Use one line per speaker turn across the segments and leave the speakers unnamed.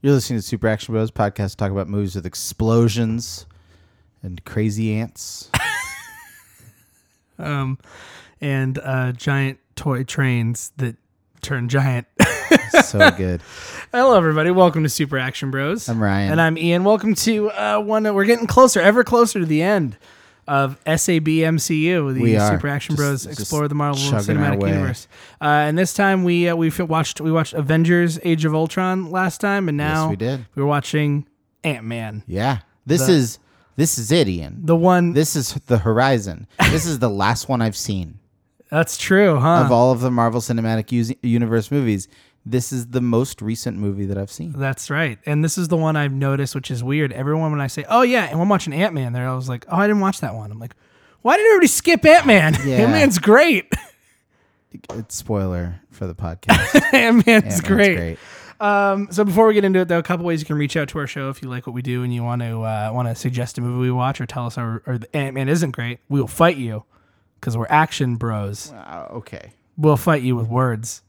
You're listening to Super Action Bros podcast. Talk about movies with explosions and crazy ants.
um, and uh, giant toy trains that turn giant.
so good.
Hello, everybody. Welcome to Super Action Bros.
I'm Ryan.
and I'm Ian. Welcome to uh, one that we're getting closer, ever closer to the end of SABMCU, the
We are.
Super Action
Just-
Bros.
just
Explore the Marvel
chugging our
Cinematic
way.
Universe. Uh, and this time we uh, we fi- watched we watched Avengers: Age of Ultron last time, and now
we did.
We're watching Ant Man,
Yeah. This
The-
is this is it, Ian.
the one
This is the horizon. This is the last one I've seen
that's true,
of
huh?
all of the Marvel Cinematic Us- Universe movies. This is the most recent movie that I've seen.
That's right. And this is the one I've noticed, which is weird. Everyone, when I say, oh, yeah, and I'm watching Ant Man, there, I was like, oh, I didn't watch that one. I'm like, why did everybody skip Ant Man?
Yeah.
Ant Man's great.
It's spoiler for the podcast.
Ant Man's
Ant-Man's
great. Um, so before we get into it, though, a couple ways you can reach out to our show if you like what we do and you want to uh, want to suggest a movie we watch or tell us our or the Ant Man isn't great. We will fight you because we're action bros.
Uh, okay.
We'll fight you with words.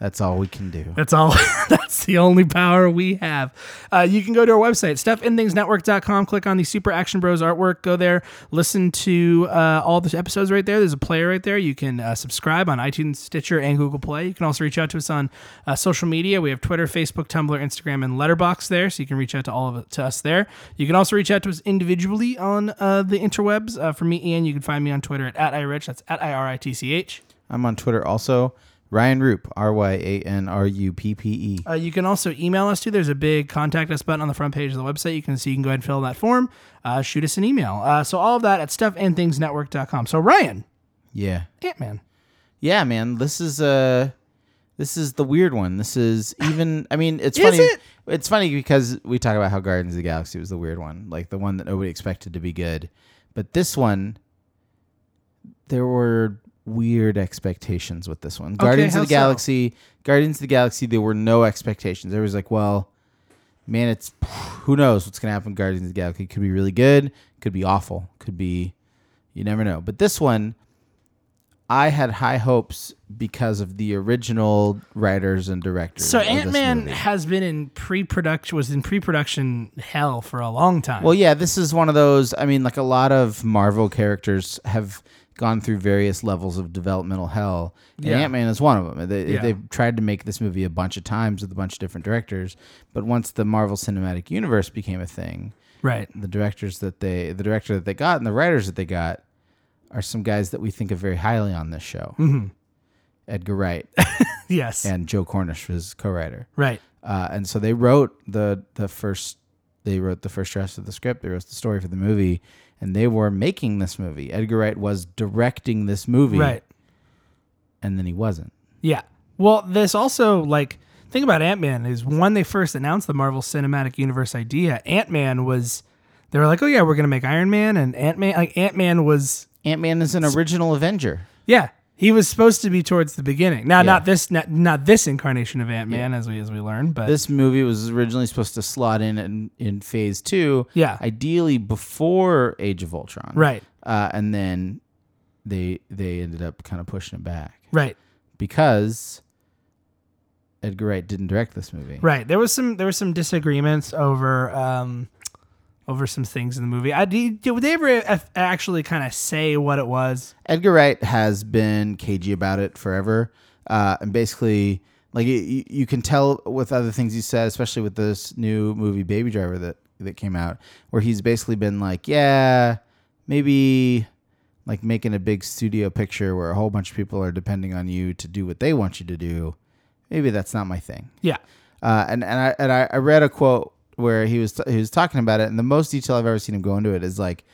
That's all we can do.
That's all. That's the only power we have. Uh, you can go to our website, stuffinthingsnetwork.com. Click on the Super Action Bros artwork. Go there. Listen to uh, all the episodes right there. There's a player right there. You can uh, subscribe on iTunes, Stitcher, and Google Play. You can also reach out to us on uh, social media. We have Twitter, Facebook, Tumblr, Instagram, and Letterbox there. So you can reach out to all of to us there. You can also reach out to us individually on uh, the interwebs. Uh, for me, Ian, you can find me on Twitter at, at irich. That's at i r i t c h.
I'm on Twitter also. Ryan Roop, R Y A N R U P P E.
Uh, you can also email us too. There's a big contact us button on the front page of the website. You can see you can go ahead and fill that form. Uh, shoot us an email. Uh, so all of that at stuffandthingsnetwork.com. So Ryan,
Yeah.
Ant Man,
Yeah, man. This is uh this is the weird one. This is even I mean, it's
Is
funny
it?
it's funny because we talk about how Guardians of the Galaxy was the weird one, like the one that nobody expected to be good. But this one there were weird expectations with this one. Guardians
how
of the
so?
Galaxy, Guardians of the Galaxy, there were no expectations. There was like, well, man, it's who knows what's gonna happen. with Guardians of the Galaxy could be really good, could be awful, could be, you never know. But this one, I had high hopes because of the original writers and directors.
So
of this
Ant Man
movie.
has been in pre-production was in pre-production hell for a long time.
Well, yeah, this is one of those. I mean, like a lot of Marvel characters have gone through various levels of developmental hell, and
Yeah.
Ant Man is one of them. They,
Yeah.
They've tried to make this movie a bunch of times with a bunch of different directors, but once the Marvel Cinematic Universe became a thing,
right.
the directors that they the director that they got and the writers that they got are some guys that we think of very highly on this show.
Mm-hmm.
Edgar Wright
Yes.
and Joe Cornish was co-writer,
right.
uh, and so they wrote the the first they wrote the first draft of the script. They wrote the story for the movie, and they were making this movie. Edgar Wright was directing this movie,
Right.
And then he wasn't.
Yeah. Well, this also like think about Ant Man is when they first announced the Marvel Cinematic Universe idea. Ant Man was they were like, oh yeah, we're gonna make Iron Man and Ant Man. Like Ant Man was
Ant Man is an original Avenger.
yeah he was supposed to be towards the beginning. Now not this not, not this incarnation of Ant Man as we as we learned, but
This movie was originally supposed to slot in in, in Phase Two,
Yeah.
ideally before Age of Ultron,
right
uh, and then they they ended up kind of pushing it back
right
because Edgar Wright didn't direct this movie.
right there was some there was some disagreements over um over some things in the movie. I did did they ever a- actually kind of say what it was?
Edgar Wright has been cagey about it forever, uh, and basically, like you, you can tell with other things he said, especially with this new movie Baby Driver that that came out, where he's basically been like, yeah, maybe like making a big studio picture where a whole bunch of people are depending on you to do what they want you to do. Maybe that's not my thing.
Yeah.
Uh, and and I and I, I read a quote where he was he was talking about it, and the most detail I've ever seen him go into it is like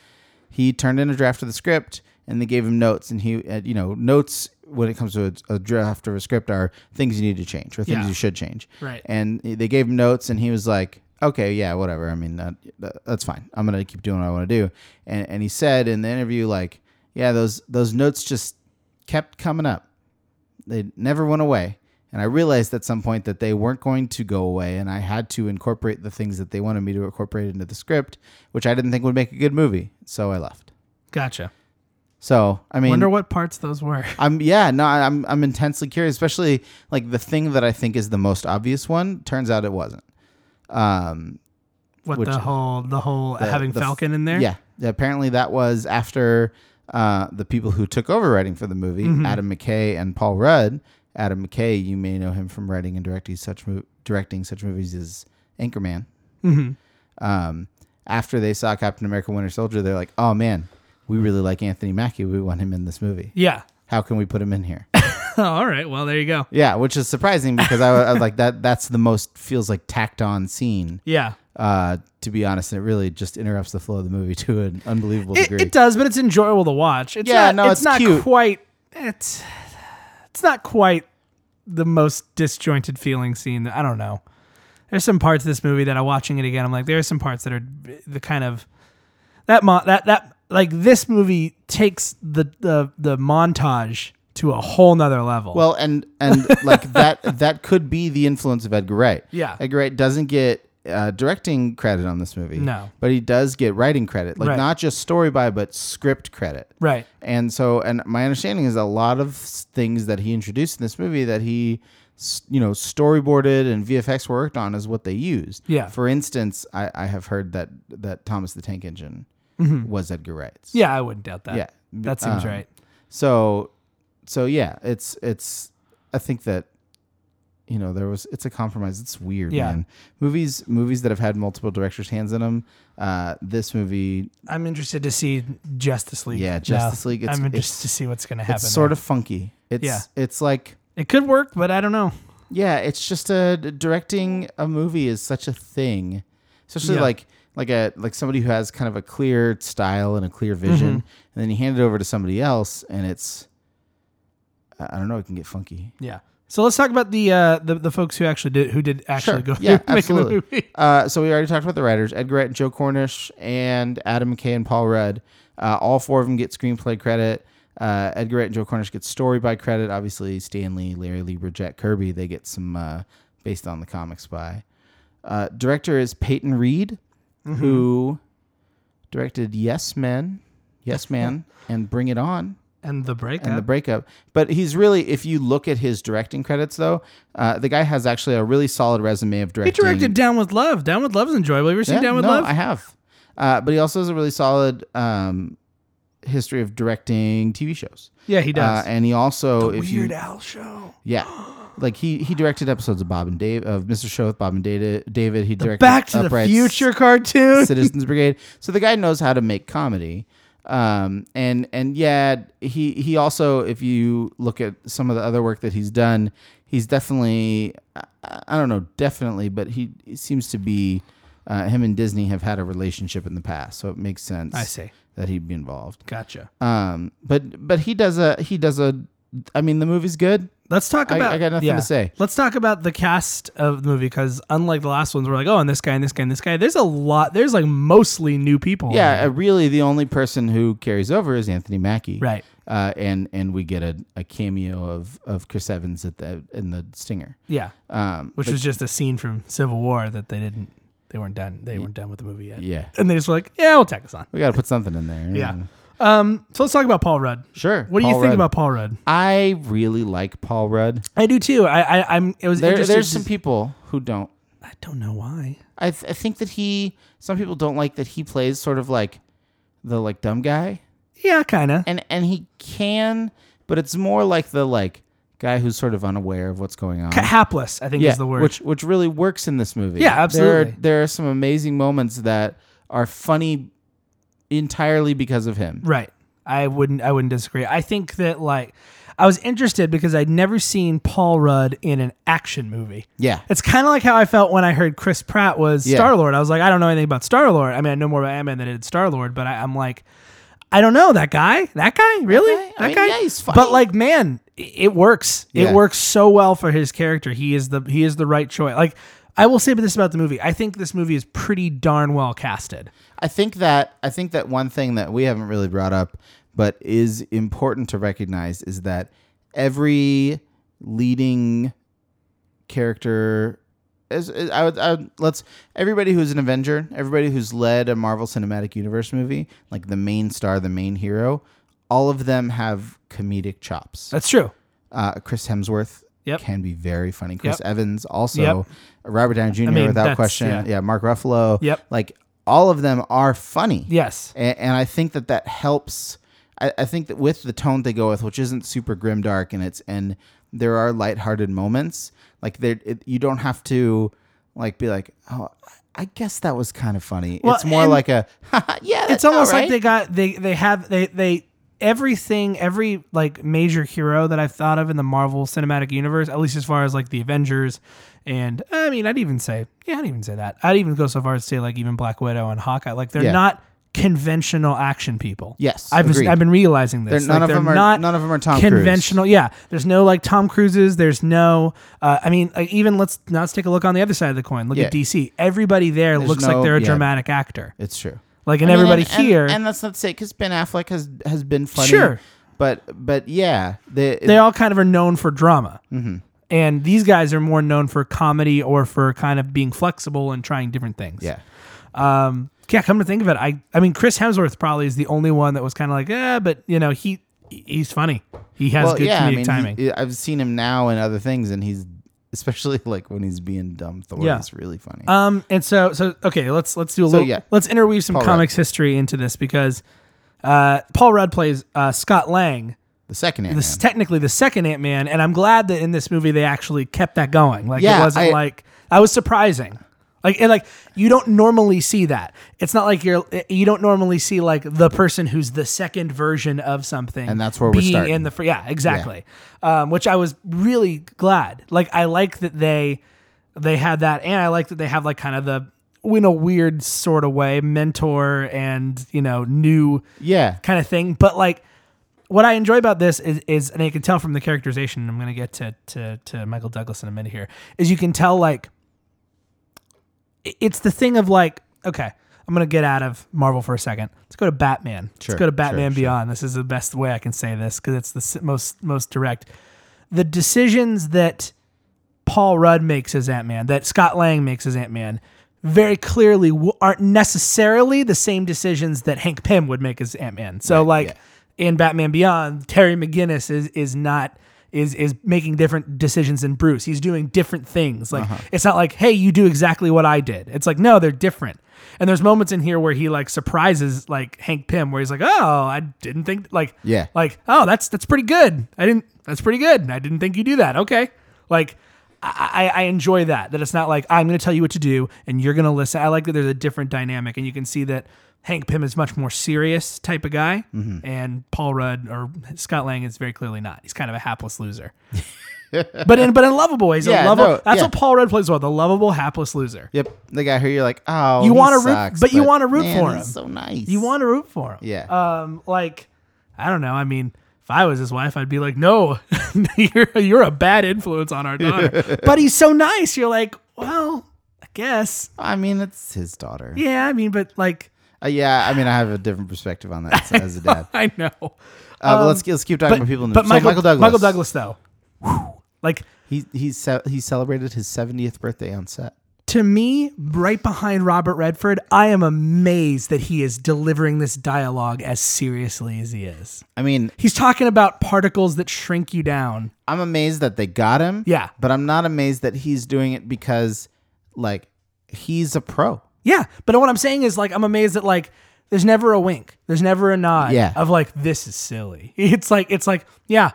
he turned in a draft of the script, and they gave him notes, and he uh, you know notes when it comes to a, a draft of a script are things you need to change or things
Yeah.
you should change,
Right.
And they gave him notes, and he was like. Okay, yeah, whatever. I mean, that, that- that's fine. I'm gonna keep doing what I want to do. And and he said in the interview, like, yeah, those those notes just kept coming up they never went away. And I realized at some point that they weren't going to go away, and I had to incorporate the things that they wanted me to incorporate into the script, which I didn't think would make a good movie. So I left.
Gotcha.
So I mean,
Wonder what parts those were.
I'm yeah, no, I'm I'm intensely curious, especially like the thing that I think is the most obvious one. Turns out it wasn't. Um,
What
Which-
the whole the whole
the-
having
the f-
Falcon in there.
Yeah, apparently that was after uh, the people who took over writing for the movie,
Mm-hmm.
Adam McKay and Paul Rudd. Adam McKay, you may know him from writing and directing such mo- directing such movies as Anchorman.
Mm-hmm.
Um, after they saw Captain America: Winter Soldier, they're like, "Oh man, we really like Anthony Mackie. We want him in this movie.
Yeah.
How can we put him in here?"
All right. Well, there you go.
Yeah, which is surprising because I, I was like that. That's the most feels like tacked on scene.
Yeah.
Uh, to be honest, and it really just interrupts the flow of the movie to an unbelievable
It,
degree.
it does, but it's enjoyable to watch. It's
Yeah,
not,
no,
it's,
it's
not
cute.
quite. It's it's not quite the most disjointed feeling scene. I don't know. There's some parts of this movie that I'm watching it again. I'm like, there are some parts that are the kind of that mo- that that like this movie takes the the the montage to a whole nother level.
well, and and like that that could be the influence of Edgar Wright.
Yeah.
Edgar Wright doesn't get uh, directing credit on this movie.
No.
but he does get writing credit, like
Right.
not just story by, but script credit.
right.
And so, and my understanding is a lot of s- things that he introduced in this movie that he, s- you know, storyboarded and VFX worked on is what they used.
Yeah.
For instance, I, I have heard that that Thomas the Tank Engine was Edgar Wright's.
Mm-hmm. Yeah, I wouldn't doubt that.
Yeah.
That seems
Um,
right.
So, so yeah, it's it's. I think that, you know, there was it's a compromise. It's weird,
Yeah.
man. Movies movies that have had multiple directors' hands in them. Uh, this movie,
I'm interested to see Justice League.
Yeah, Justice League, it's-
I'm
it's-
interested to see what's going to happen.
it's sort of funky. It's it's like.
it could work, but I don't know.
Yeah, it's just a directing a movie is such a thing, especially
Yeah.
like like a like somebody who has kind of a clear style and a clear vision, and
Mm-hmm.
then you hand it over to somebody else, and it's I I don't know, it can get funky.
Yeah. So let's talk about the uh, the, the folks who actually did who did actually go
yeah,
making
absolutely.
the movie.
Uh, so we already talked about the writers: Edgar Wright, and Joe Cornish, and Adam McKay and Paul Rudd. Uh, all four of them get screenplay credit. Uh, Edgar Wright and Joe Cornish get story by credit. Obviously, Stanley, Larry Lieber, Jack Kirby, they get some uh, based on the comics by. Uh, director is Peyton Reed,
Mm-hmm.
who directed Yes Men, Yes Man, and Bring It On
And the breakup.
and the breakup. But he's really, if you look at his directing credits, though, uh, the guy has actually a really solid resume of
he
directing.
directed Down with Love. Down with Love is enjoyable. Have you ever seen
Yeah,
Down with
no,
Love?
I have. Uh, but he also has a really solid um, history of directing TV shows.
yeah, he
Uh,
does.
and he also, if
Weird
you,
Al show.
yeah, like he he directed episodes of Bob and Dave of Mr. Show with Bob and Data, David. He directed
Back to the
Upright
Future cartoon.
Citizens Brigade. So the guy knows how to make comedy. Um, and and yeah, he he also, if you look at some of the other work that he's done, he's definitely, I, I don't know, definitely, but he, he seems to be, uh, him and Disney have had a relationship in the past, so it makes sense.
I see.
that he'd be involved.
Gotcha.
Um, but but he does a he does a, I mean the movie's good.
Let's talk
I-
about.
I got nothing
yeah.
to say.
Let's talk about the cast of the movie because unlike the last ones, we're like, oh, and this guy, and this guy, and this guy. There's a lot. There's like mostly new people.
Yeah, uh, really the only person who carries over is Anthony Mackie.
Right.
Uh, and and we get a, a cameo of, of Chris Evans at the in the stinger.
Yeah.
Um,
Which was just a scene from Civil War that they didn't. They weren't done. They weren't done with the movie yet.
yeah,
And they just were like, yeah, we'll tack this on.
we got to put something in there.
Yeah. Um, so let's talk about Paul Rudd.
sure.
What do you
Paul
think
Rudd.
about Paul Rudd?
I really like Paul Rudd.
I do too. I, I I'm. It was
There,
interesting
there's
to-
some people who don't.
I don't know why.
I th- I think that he some people don't like that he plays sort of like the like dumb guy.
Yeah, kind of.
and and he can, but it's more like the like guy who's sort of unaware of what's going on.
Hapless, I think
yeah,
is the word.
which which really works in this movie.
Yeah,
There are,
absolutely.
there are some amazing moments that are funny entirely because of him.
right. I wouldn't. I wouldn't disagree. I think that like I was interested because I'd never seen Paul Rudd in an action movie.
Yeah,
It's kind of like how I felt when I heard Chris Pratt was
Yeah.
Star Lord. I was like, I don't know anything about Star Lord. I mean, I know more about Ant Man than I did Star Lord, but I, I'm like, I don't know that guy. That guy, really?
guy?
That
I mean,
guy?
yeah, he's funny.
But like, man, i- it works.
Yeah.
It works so well for his character. He is the he is the right choice. Like, I will say this about the movie. I think this movie is pretty darn well casted.
I think that I think that one thing that we haven't really brought up, but is important to recognize, is that every leading character. Is, is- I would, I would, let's everybody who's an Avenger, everybody who's led a Marvel Cinematic Universe movie, like the main star, the main hero, all of them have comedic chops.
That's true.
Uh, Chris Hemsworth
Yep.
can be very funny. Chris
Yep.
Evans also.
Yep.
Robert Downey Jr.
mean,
without
that's-
question.
yeah.
Yeah. Mark Ruffalo.
Yep.
Like all of them are funny.
Yes.
And, and I think that that helps. I, I think that with the tone they go with, which isn't super grim dark, and it's and there are lighthearted moments. Like there, it, you don't have to like be like, oh, I guess that was kind of funny.
Well,
it's more
and
like a, yeah.
it's
That's
almost like
alright."
they got they they have they they everything every like major hero that I've thought of in the Marvel Cinematic Universe, at least as far as like the Avengers, and I mean I'd even say yeah I'd even say that I'd even go so far as to say like even Black Widow and Hawkeye like they're
Yeah.
not conventional action people.
Yes,
I've been,
agreed.
I've been realizing this.
They're- none
Like,
of
they're
them are-
not
none of them are Tom Cruise.
conventional. Yeah, there's no like Tom Cruises. There's no. Uh, I mean, like, even let's now let's take a look on the other side of the coin. Look
Yeah.
at DC. Everybody there looks
no-
like they're a
yeah.
dramatic actor.
It's true.
Like, and
I mean,
everybody
and- and-
here.
and, that's not to say because Ben Affleck has has been funny.
Sure.
but but yeah, they,
they all kind of are known for drama.
Mm-hmm.
And these guys are more known for comedy or for kind of being flexible and trying different things.
yeah.
Um, yeah, come to think of it, I I mean Chris Hemsworth probably is the only one that was kind of like, "Yeah, but you know, he he's funny. He has good comedic
he-
timing."
I've seen him now in other things, and he's especially like when he's being dumb. Thor
Yeah.
is really funny.
um and so so okay, let's let's do a little
yeah.
let's interweave some
Paul
comics history into this because uh, Paul Rudd plays uh, Scott Lang,
the second Ant-Man.
this is technically the second Ant Man, and I'm glad that in this movie they actually kept that going. Like it
Yeah,
wasn't
I-
like I was surprising. Like and like you don't normally see that. It's not like you're you don't normally see like the person who's the second version of something,
And that's where we're
being
starting.
in the fr- yeah exactly, Um, which I was really glad. Like I like that they they had that, and I like that they have like kind of the in a weird sort of way mentor and you know new
yeah,
kind of thing. But like what I enjoy about this is, is and you can tell from the characterization, and I'm gonna get to to to Michael Douglas in a minute here, is you can tell like i- it's the thing of like, okay, I'm gonna get out of Marvel for a second. Let's go to Batman.
Sure,
Let's go to
sure,
Batman
sure.
Beyond. This is the best way I can say this because it's the s- most most direct. The decisions that Paul Rudd makes as Ant Man, that Scott Lang makes as Ant Man, very clearly w- aren't necessarily the same decisions that Hank Pym would make as Ant Man. So, like in Batman Beyond, Terry McGinnis is is not is is making different decisions than Bruce. He's doing different things. Like it's not like, hey, you do exactly what I did. It's like no, they're different. And there's moments in here where he like surprises like Hank Pym, where he's like, oh, I didn't think like
Yeah.
like oh that's that's pretty good i didn't that's pretty good i didn't think you do that okay like I, I I enjoy that that it's not like i'm going to tell you what to do and you're going to listen i like that there's a different dynamic and you can see that hank pym is much more serious type of guy
Mm-hmm.
and paul rudd or scott lang is very clearly not he's kind of a hapless loser but in but in lovable ways
Yeah,
a lovable,
no,
that's
yeah.
what paul rudd plays well the lovable hapless loser
yep. The guy who you're like, oh,
You
he
wanna root-
sucks,
but you wanna root
man,
for
he's
him.
So nice.
you want to root for him
Yeah.
um like i don't know i mean if i was his wife i'd be like no you're, you're a bad influence on our daughter but he's so nice you're like well i guess
I mean, it's his daughter. Yeah.
yeah i mean but like
Uh, yeah. I mean, I have a different perspective on that as, as a dad.
i know
Uh, but let's let's keep talking about people. In the,
Um, but
so
michael,
Michael Douglas.
michael douglas though whew, like
He he ce- he celebrated his 70th birthday on set.
to me right behind robert redford i am amazed that he is delivering this dialogue as seriously as he is
I mean,
he's talking about particles that shrink you down
I'm amazed that they got him.
Yeah.
But I'm not amazed that he's doing it because, like, he's a pro.
Yeah, but what I'm saying is like I'm amazed that like there's never a wink, there's never a nod
Yeah.
of like this is silly. It's like it's like yeah,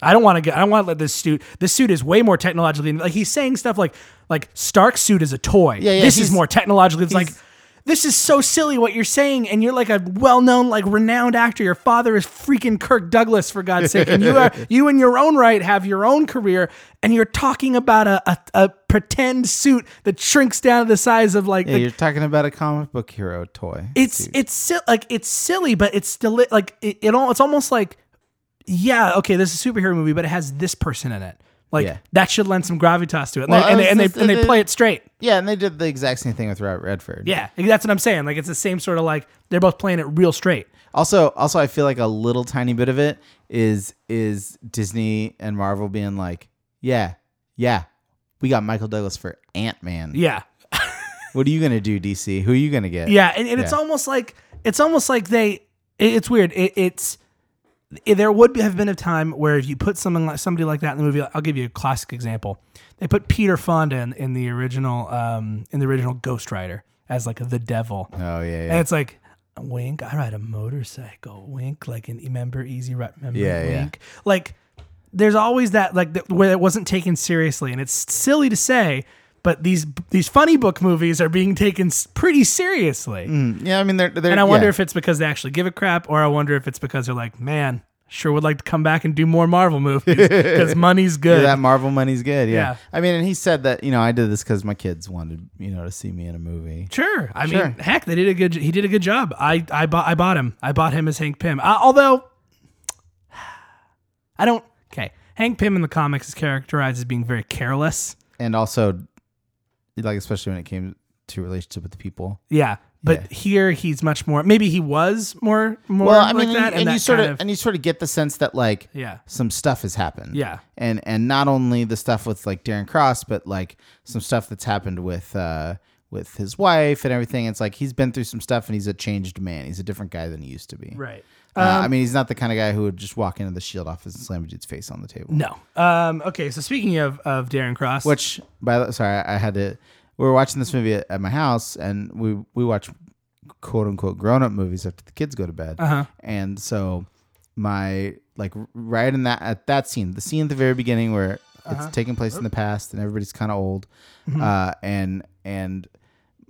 I don't want to get I don't want to let this suit. This suit is way more technologically like he's saying stuff like like Stark's suit is a toy.
Yeah, yeah,
this is
he's-
more technologically. It's like
he's-
this is so silly what you're saying, and you're like a well-known, like renowned actor. Your father is freaking Kirk Douglas, for God's sake, and you are you in your own right have your own career, and you're talking about a a, a pretend suit that shrinks down to the size of like
Yeah,
the
you're talking about a comic book hero toy.
it's
suit.
it's si- like it's silly, but it's still like it, it all. It's almost like yeah, okay, this is a superhero movie, but it has this person in it. Like
Yeah.
that should lend some gravitas to it,
Well,
Like, and,
I
they,
was
and they
just-
and they
it-
play it straight.
yeah, and they did the exact same thing with Robert Redford.
Yeah, that's what I'm saying. Like it's the same sort of like they're both playing it real straight.
Also, also, I feel like a little tiny bit of it is is Disney and Marvel being like, yeah, yeah, we got Michael Douglas for Ant Man.
Yeah,
What are you gonna do, DC? Who are you gonna get?
yeah, and, and it's
Yeah.
almost like it's almost like they. it- it's weird. It, it's there would have been a time where if you put someone like somebody like that in the movie, I'll give you a classic example. They put Peter Fonda in, in the original um, in the original Ghost Rider as like the devil,
Oh yeah,
and
yeah.
it's like wink. I ride a motorcycle, wink. Like in remember Easy Ride, remember
Yeah, yeah.
wink. Like there's always that like that, where it wasn't taken seriously, and it's silly to say, but these these funny book movies are being taken s- pretty seriously.
Mm, yeah. I mean, they're, they're
And I wonder
yeah.
if it's because they actually give a crap, or I wonder if it's because they're like, man, sure would like to come back and do more Marvel movies because money's good.
that Marvel money's good. Yeah.
Yeah.
I mean, and he said that you know I did this because my kids wanted you know to see me in a movie.
Sure. I
Sure.
mean, heck, they did a good. He did a good job. I I bought I bought him. I bought him as Hank Pym. Uh, although, I don't. Okay, Hank Pym in the comics is characterized as being very careless.
and also like especially when it came to relationship with the people
Yeah, but here he's much more. Maybe he was more more like that,
and,
that
you sort
kind
of, and you sort of get the sense that like
yeah.
some stuff has happened
Yeah.
and and not only the stuff with like darren cross but like some stuff that's happened with uh with his wife and everything it's like he's been through some stuff and he's a changed man he's a different guy than he used to be
Right. Um,
uh, i mean he's not the kind of guy who would just walk into the shield office and slam a dude's face on the table
No. Um. Okay. So speaking of of Darren Cross,
Which, by the sorry, I had to. We were watching this movie at, at my house, and we we watch quote unquote grown up movies after the kids go to bed.
Uh-huh.
And so my like right in that at that scene, the scene at the very beginning where
Uh-huh.
it's taking place in the past, and everybody's kind of old,
Mm-hmm.
uh, and and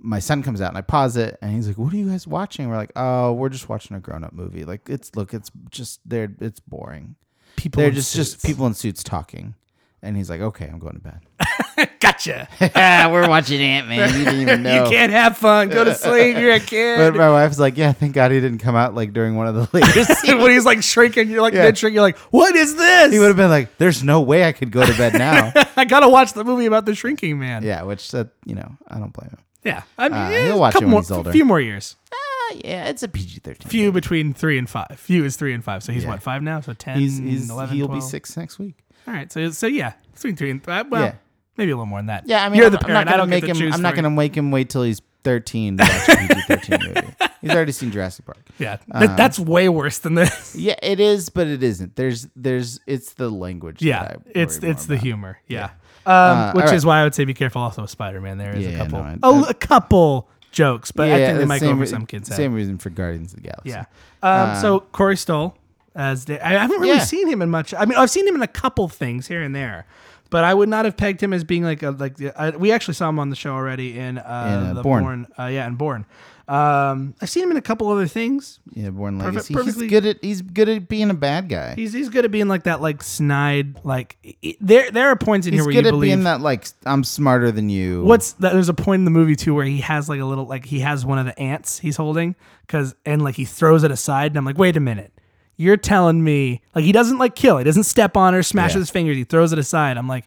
my son comes out and I pause it and he's like, "What are you guys watching?" We're like, "Oh, we're just watching a grown-up movie. Like it's look, it's just there, it's boring.
people
They're
in
just
suits.
just people in suits talking." And he's like, "Okay, I'm going to bed."
gotcha.
ah, we're watching Ant Man. You didn't even know.
You can't have fun. Go to sleep. You're a kid.
But my wife's like, yeah, thank God he didn't come out like during one of the later.
when he's like shrinking, you're like
Yeah.
mid shrink. You're like, what is this?
he would have been like, there's no way I could go to bed now.
I gotta watch the movie about the shrinking man.
yeah, which that you know, I don't blame him.
Yeah. I mean,
Uh,
yeah,
he'll watch
couple
it when
more,
he's older.
few more years.
Ah, yeah, it's a PG thirteen.
Few between three and five. Few is three and five. So he's
Yeah.
what five now? So 10,
He's, he's
11,
he'll
12.
be six next week.
All right. So so yeah, between three and five. Well,
Yeah.
maybe a little more than that.
Yeah, I mean,
you're
I'm,
the
I'm
parent.
not
I
gonna
don't
make
get to
him.
choose
I'm not
three.
going to make him wait till he's thirteen to watch a PG thirteen movie. He's already seen Jurassic Park.
Yeah, That- that's way worse than this.
Yeah, it is, but it isn't. There's there's it's the language.
Yeah,
that I
it's
worry more
it's the
about.
humor. Yeah, Um,
Uh,
which
all
is why I would say be careful. Also, with Spider Man, there is
Yeah,
a couple,
no, I-
oh, a couple jokes, but I think they
that's
might go over
re-
some kids. head.
Same reason for Guardians of the Galaxy.
Yeah. Um, so Corey Stoll as da- I haven't really
Yeah.
seen him in much. I mean, I've seen him in a couple things here and there, but I would not have pegged him as being like a like. the- I, we actually saw him on the show already in, uh,
In, uh,
the
Bourne.
uh, yeah, in Born. Um, I've seen him in a couple other things.
Yeah, Born
Perfect-
Legacy.
perfectly-
he's good at he's good at being a bad guy.
He's he's good at being like that, like snide. Like i- i- there there are points in
he's
here where
good
you
at
believe
being that like I'm smarter than you.
What's that? There's a point in the movie too where he has like a little like he has one of the ants he's holding because and like he throws it aside and I'm like, wait a minute, you're telling me like he doesn't like kill, he doesn't step on her, smash
Yeah.
with his fingers, he throws it aside. I'm like,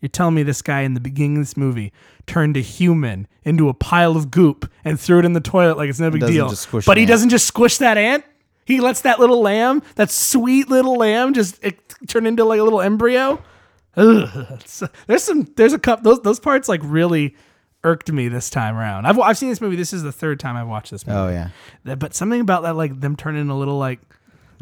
you're telling me this guy in the beginning of this movie turned a human into a pile of goop and threw it in the toilet like it's no big
doesn't
deal,
just squish
but
an
he
ant.
doesn't just squish that ant. He lets that little lamb, that sweet little lamb, just it, turn into like a little embryo. Ugh. So- there's some there's a couple those those parts like really irked me this time around. I've I've seen this movie. This is the third time I've watched this movie.
Oh yeah,
Th- But something about that like them turning a little like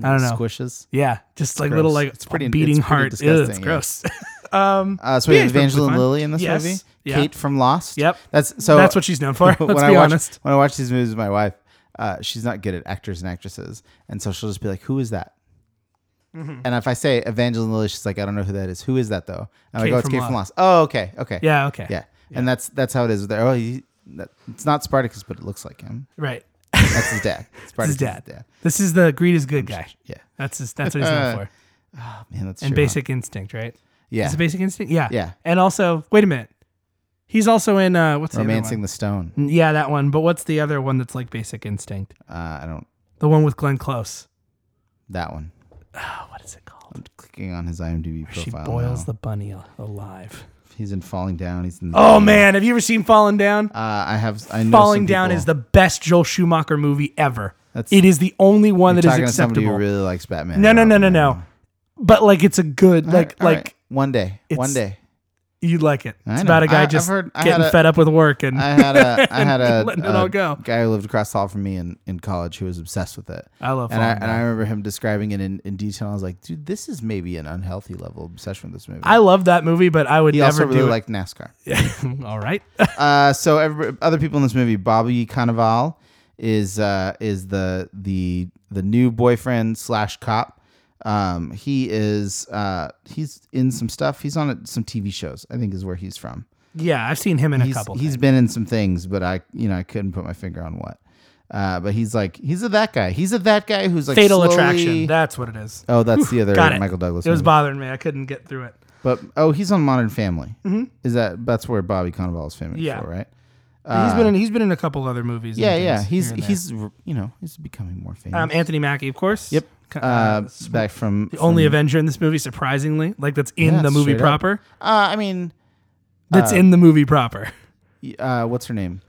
I don't know.
squishes.
Yeah, just like little
gross.
like
It's pretty-
beating
it's pretty
heart. Ugh, it's
disgusting, yeah.
gross.
Uh, so we
Yeah,
have
he's perfectly
Evangeline
fine.
Lily in this
Yes.
movie.
Yeah.
Kate from Lost.
Yep.
That's so.
That's what she's known for.
when
Let's
I
be
watch,
honest.
When I watch these movies with my wife, uh, she's not good at actors and actresses, and so she'll just be like, "Who is that?"
Mm-hmm.
And if I say Evangeline Lily, she's like, "I don't know who that is. Who is that though?" And I
Kate
go, "It's
from
Kate from Lost." Oh, okay, okay,
Yeah. Okay.
yeah. And that's that's how it is. There, oh, he, that, it's not Spartacus, but it looks like him.
Right.
That's his dad.
This
Spartacus
is
is
dad. This is the greed is good guy.
Yeah. Oh,
That's his, that's what he's
Uh,
known for.
Man, that's
And
true, huh?
Basic Instinct, right?
Yeah.
Is it Basic Instinct? Yeah.
Yeah.
And also, wait a minute. He's also in uh what's the other
Romancing
one?
the Stone.
Yeah, that one. But what's the other one that's like Basic Instinct?
Uh, I don't.
The one with Glenn Close.
That one.
Oh, what is it called?
I'm clicking on his IMDb profile.
She boils
now.
the bunny al- alive.
He's in Falling Down. He's in.
Oh man, have you ever seen Falling Down?
Uh, I have. I know
Falling
some
Down
people-
is the best Joel Schumacher movie ever.
That's-
it is the only one
You're
that is
talking to somebody who
acceptable.
really likes Batman.
no, no, no, no,
Robin,
no. But like, it's a good
I know.
like
All right, all
like
right. one day, one
it's-
day.
You'd like it. It's
know.
about a guy
I- I've
just
heard- I
getting
had a-
fed up with work and
I had a I had a,
Letting it all
a
go.
guy who lived across the hall from me in, in college who was obsessed with it.
I love
and I
Falling
and I remember him describing it in, in detail. I was like, dude, this is maybe an unhealthy level of obsession with this movie.
I love that movie, but I would
he
never
also really
do
liked NASCAR.
it. all right.
Uh, so every, other people in this movie, Bobby Cannavale is uh, is the the the new boyfriend slash cop. Um, he is uh, he's in some stuff. He's on some TV shows. I think is where he's from.
Yeah, I've seen him in a
He's,
couple.
he's
things.
been in some things, but I you know I couldn't put my finger on what. Uh, but he's like he's a that guy. He's a that guy who's like
Fatal
slowly-
Attraction. That's what it is.
oh, that's the other
Got it.
Michael Douglas.
It was
movie.
bothering me. I couldn't get through it.
but oh, he's on Modern Family. Is that that's where Bobby Cannavale is famous
Mm-hmm. Yeah.
for, right?
he's been in he's been in a couple other movies. and
Uh, Yeah, yeah.
things
He's
here and there.
he's r- you know he's becoming more famous.
um, Anthony Mackie, of course.
Mm. yep.
Co-
Uh,
uh, s-
back from
the only Avenger in this movie, surprisingly, like that's in
Yeah,
the movie
straight up.
proper.
Uh, I mean,
That's in the movie proper.
y- uh, what's her name?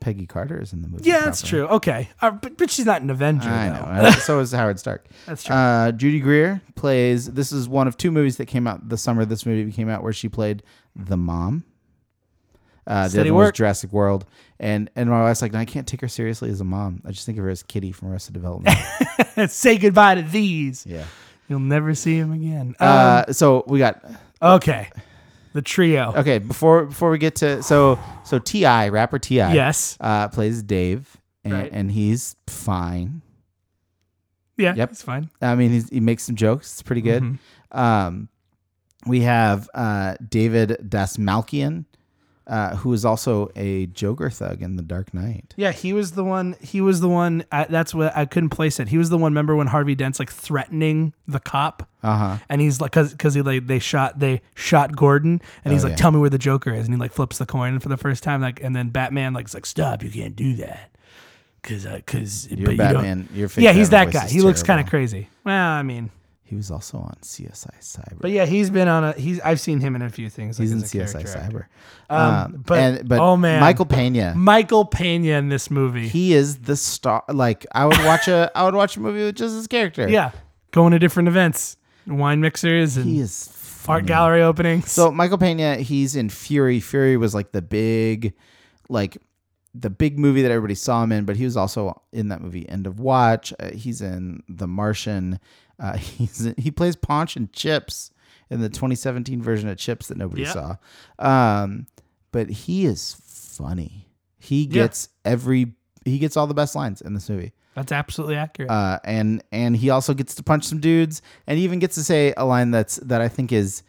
Peggy Carter is in the movie.
Yeah, that's
proper.
true. Okay, uh, but, but she's not an Avenger.
I
though.
know. Uh, so is Howard Stark.
That's true.
Uh, Judy Greer plays. This is one of two movies that came out the summer this movie came out, where she played the mom. Uh, the
Steady
other one was
work.
Jurassic World, and and my wife's like, no, I can't take her seriously as a mom. I just think of her as Kitty from Arrested Development.
Say goodbye to these.
yeah.
You'll never see him again.
Uh, so we got
Um, okay, the trio.
okay before before we get to so so Ti rapper Ti
Yes.
uh, plays Dave and,
Right.
and he's fine.
Yeah.
Yep.
It's fine.
I mean he's, he makes some jokes. It's pretty good.
Mm-hmm.
Um, we have uh, David Dasmalkian, uh, who is also a Joker thug in The Dark Knight.
Yeah, he was the one. He was the one. I, that's what I couldn't place it. He was the one. Remember when Harvey Dent's like threatening the cop,
Uh huh.
and he's like, because because he like they shot they shot Gordon, and he's like,
Oh, yeah.
tell me where the Joker is, and he like flips the coin for the first time, like, and then Batman like's like, stop, you can't do that, uh, because because
You're Batman. You're
yeah, he's that guy. He looks kind of crazy. Well, I mean,
He was also on CSI Cyber.
but yeah, he's been on a. He's I've seen him in a few things. Like,
he's in
as a
CSI
character
Cyber.
actor. Um, but- oh, man.
Michael Pena.
Michael Pena in this movie.
He is the star. Like I would watch a I would watch a movie with just his character.
yeah, going to different events, wine mixers, and
he is
art
funny.
gallery openings.
So Michael Pena, he's in Fury. Fury was like the big, like the big movie that everybody saw him in, but he was also in that movie End of Watch. Uh, he's in The Martian. Uh, he's he plays Paunch and Chips in the 2017 version of Chips that nobody
Yeah.
saw. Um, but he is funny. He gets every he gets all the best lines in this movie.
that's absolutely accurate.
Uh, and and he also gets to punch some dudes, and he even gets to say a line that's that I think is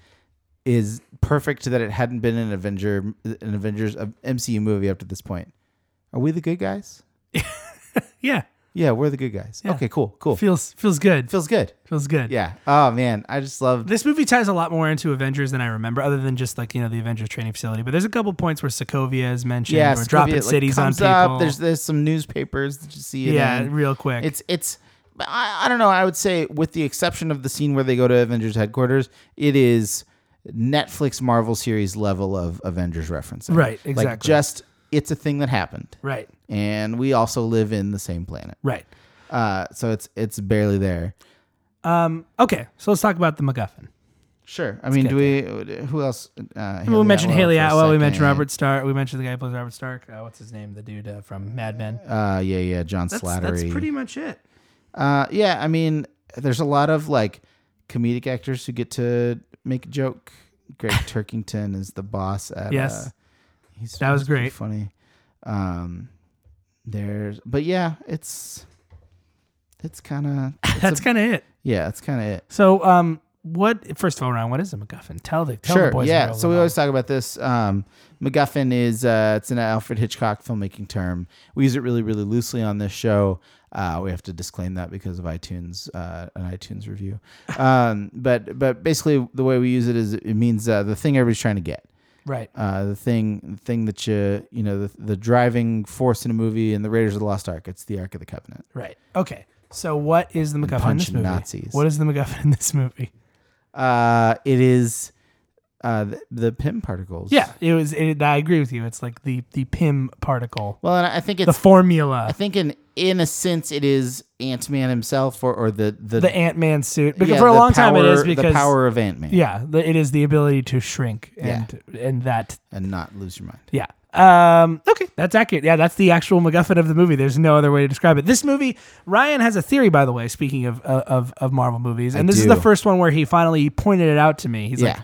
is perfect that it hadn't been an Avenger an Avengers a MCU movie up to this point. Are we the good guys?
yeah,
Yeah, we're the good guys.
Yeah.
Okay, cool, cool.
feels feels good.
Feels good.
Feels good.
Yeah. Oh man, I just love.
This movie ties a lot more into Avengers than I remember, other than just like you know the Avengers training facility. But there's a couple points where Sokovia is mentioned.
Yeah,
we're
Scooby,
dropping
it, like,
cities on
comes
people.
up. There's there's some newspapers that you see. it
yeah,
in.
real quick.
It's it's I, I don't know. I would say with the exception of the scene where they go to Avengers headquarters, it is Netflix Marvel series level of Avengers referencing.
Right,
Like
exactly.
just it's a thing that happened.
right,
And we also live in the same planet.
right.
Uh so it's it's barely there.
Um, okay, so let's talk about the MacGuffin.
Sure. I mean, do we who else uh
we mentioned Haley Atwell. We mentioned
mentioned
Robert Stark. We mentioned the guy who plays Robert Stark. Uh, what's his name? The dude uh, from Mad Men.
Uh yeah, yeah, John
That's,
Slattery.
that's pretty much it.
Uh, yeah, I mean, there's a lot of like comedic actors who get to make a joke. Greg Turkington is the boss at.
Yes.
uh, he's,
That was
he's pretty
great.
Funny. Um, there's, but yeah, it's it's kind of
That's kind of it.
yeah, it's kind of it.
So, um, what? First of all, Ron, what is a MacGuffin? Tell the tell the
Sure.
boys. and
Yeah.
girls
So we
at
always talk about this. Um, MacGuffin is uh, it's an Alfred Hitchcock filmmaking term. We use it really, really loosely on this show. Uh, we have to disclaim that because of iTunes, uh, an iTunes review. Um, but but basically, the way we use it is it means uh, the thing everybody's trying to get.
home. right.
Uh, the thing, the thing that you, you know, the, the driving force in a movie and the Raiders of the Lost Ark. It's the Ark of the Covenant.
Right. Okay. So what is the MacGuffin in this
punching
movie?
Nazis.
What is the MacGuffin in this movie?
Uh, it is uh, the, the Pym particles.
Yeah, it was. It, I agree with you. It's like the the Pym particle,
Well, and I think it's
the formula.
I think in in a sense, it is Ant Man himself, or, or the the,
the Ant Man suit. Because
yeah,
for a
the
long time it
power-
is because
the power of Ant Man,
yeah, the, it is the ability to shrink and and that
and not lose your mind.
yeah. Um, okay, that's accurate. Yeah, that's the actual MacGuffin of the movie. There's no other way to describe it. This movie, Ryan has a theory, by the way. Speaking of uh, of, of Marvel movies, and this is
do.
the first one where he finally pointed it out to me. He's like,
yeah.